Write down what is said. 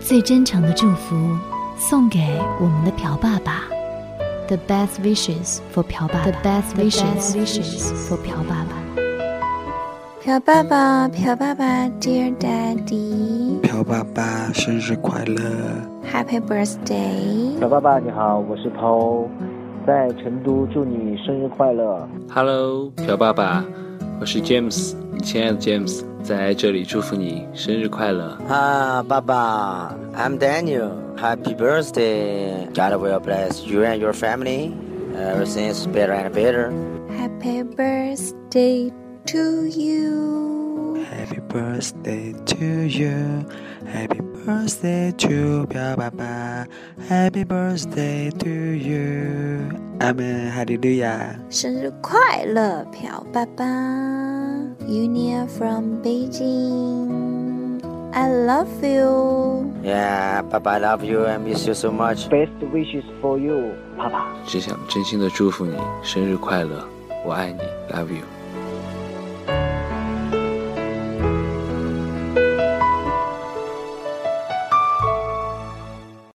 最真诚的祝福送给我们的朴爸爸。The best wishes for 朴爸爸。The best wishes wishes for 朴爸爸。朴爸爸，朴爸爸，Dear Daddy，Happy 朴爸爸生日快乐！ Birthday！小爸爸你好，我是涛，在成都祝你生日快乐。 Hello，朴爸爸，我是 James，你亲爱的 James，在这里祝福你生日快乐。 Ah, Baba, I'm Daniel. Happy birthday. God will bless you and your family. Everything's better and better. Happy birthday to you！ Happy birthday to you. Happy birthday to 朴爸爸。Happy birthday to you. 阿门，哈利路亚。生日快乐，朴爸爸！Union from Beijing。I love you。 Yeah, Baba, I love you and miss you so much. Best wishes for you，爸爸。只想真心的祝福你生日快乐，我爱你，Love you。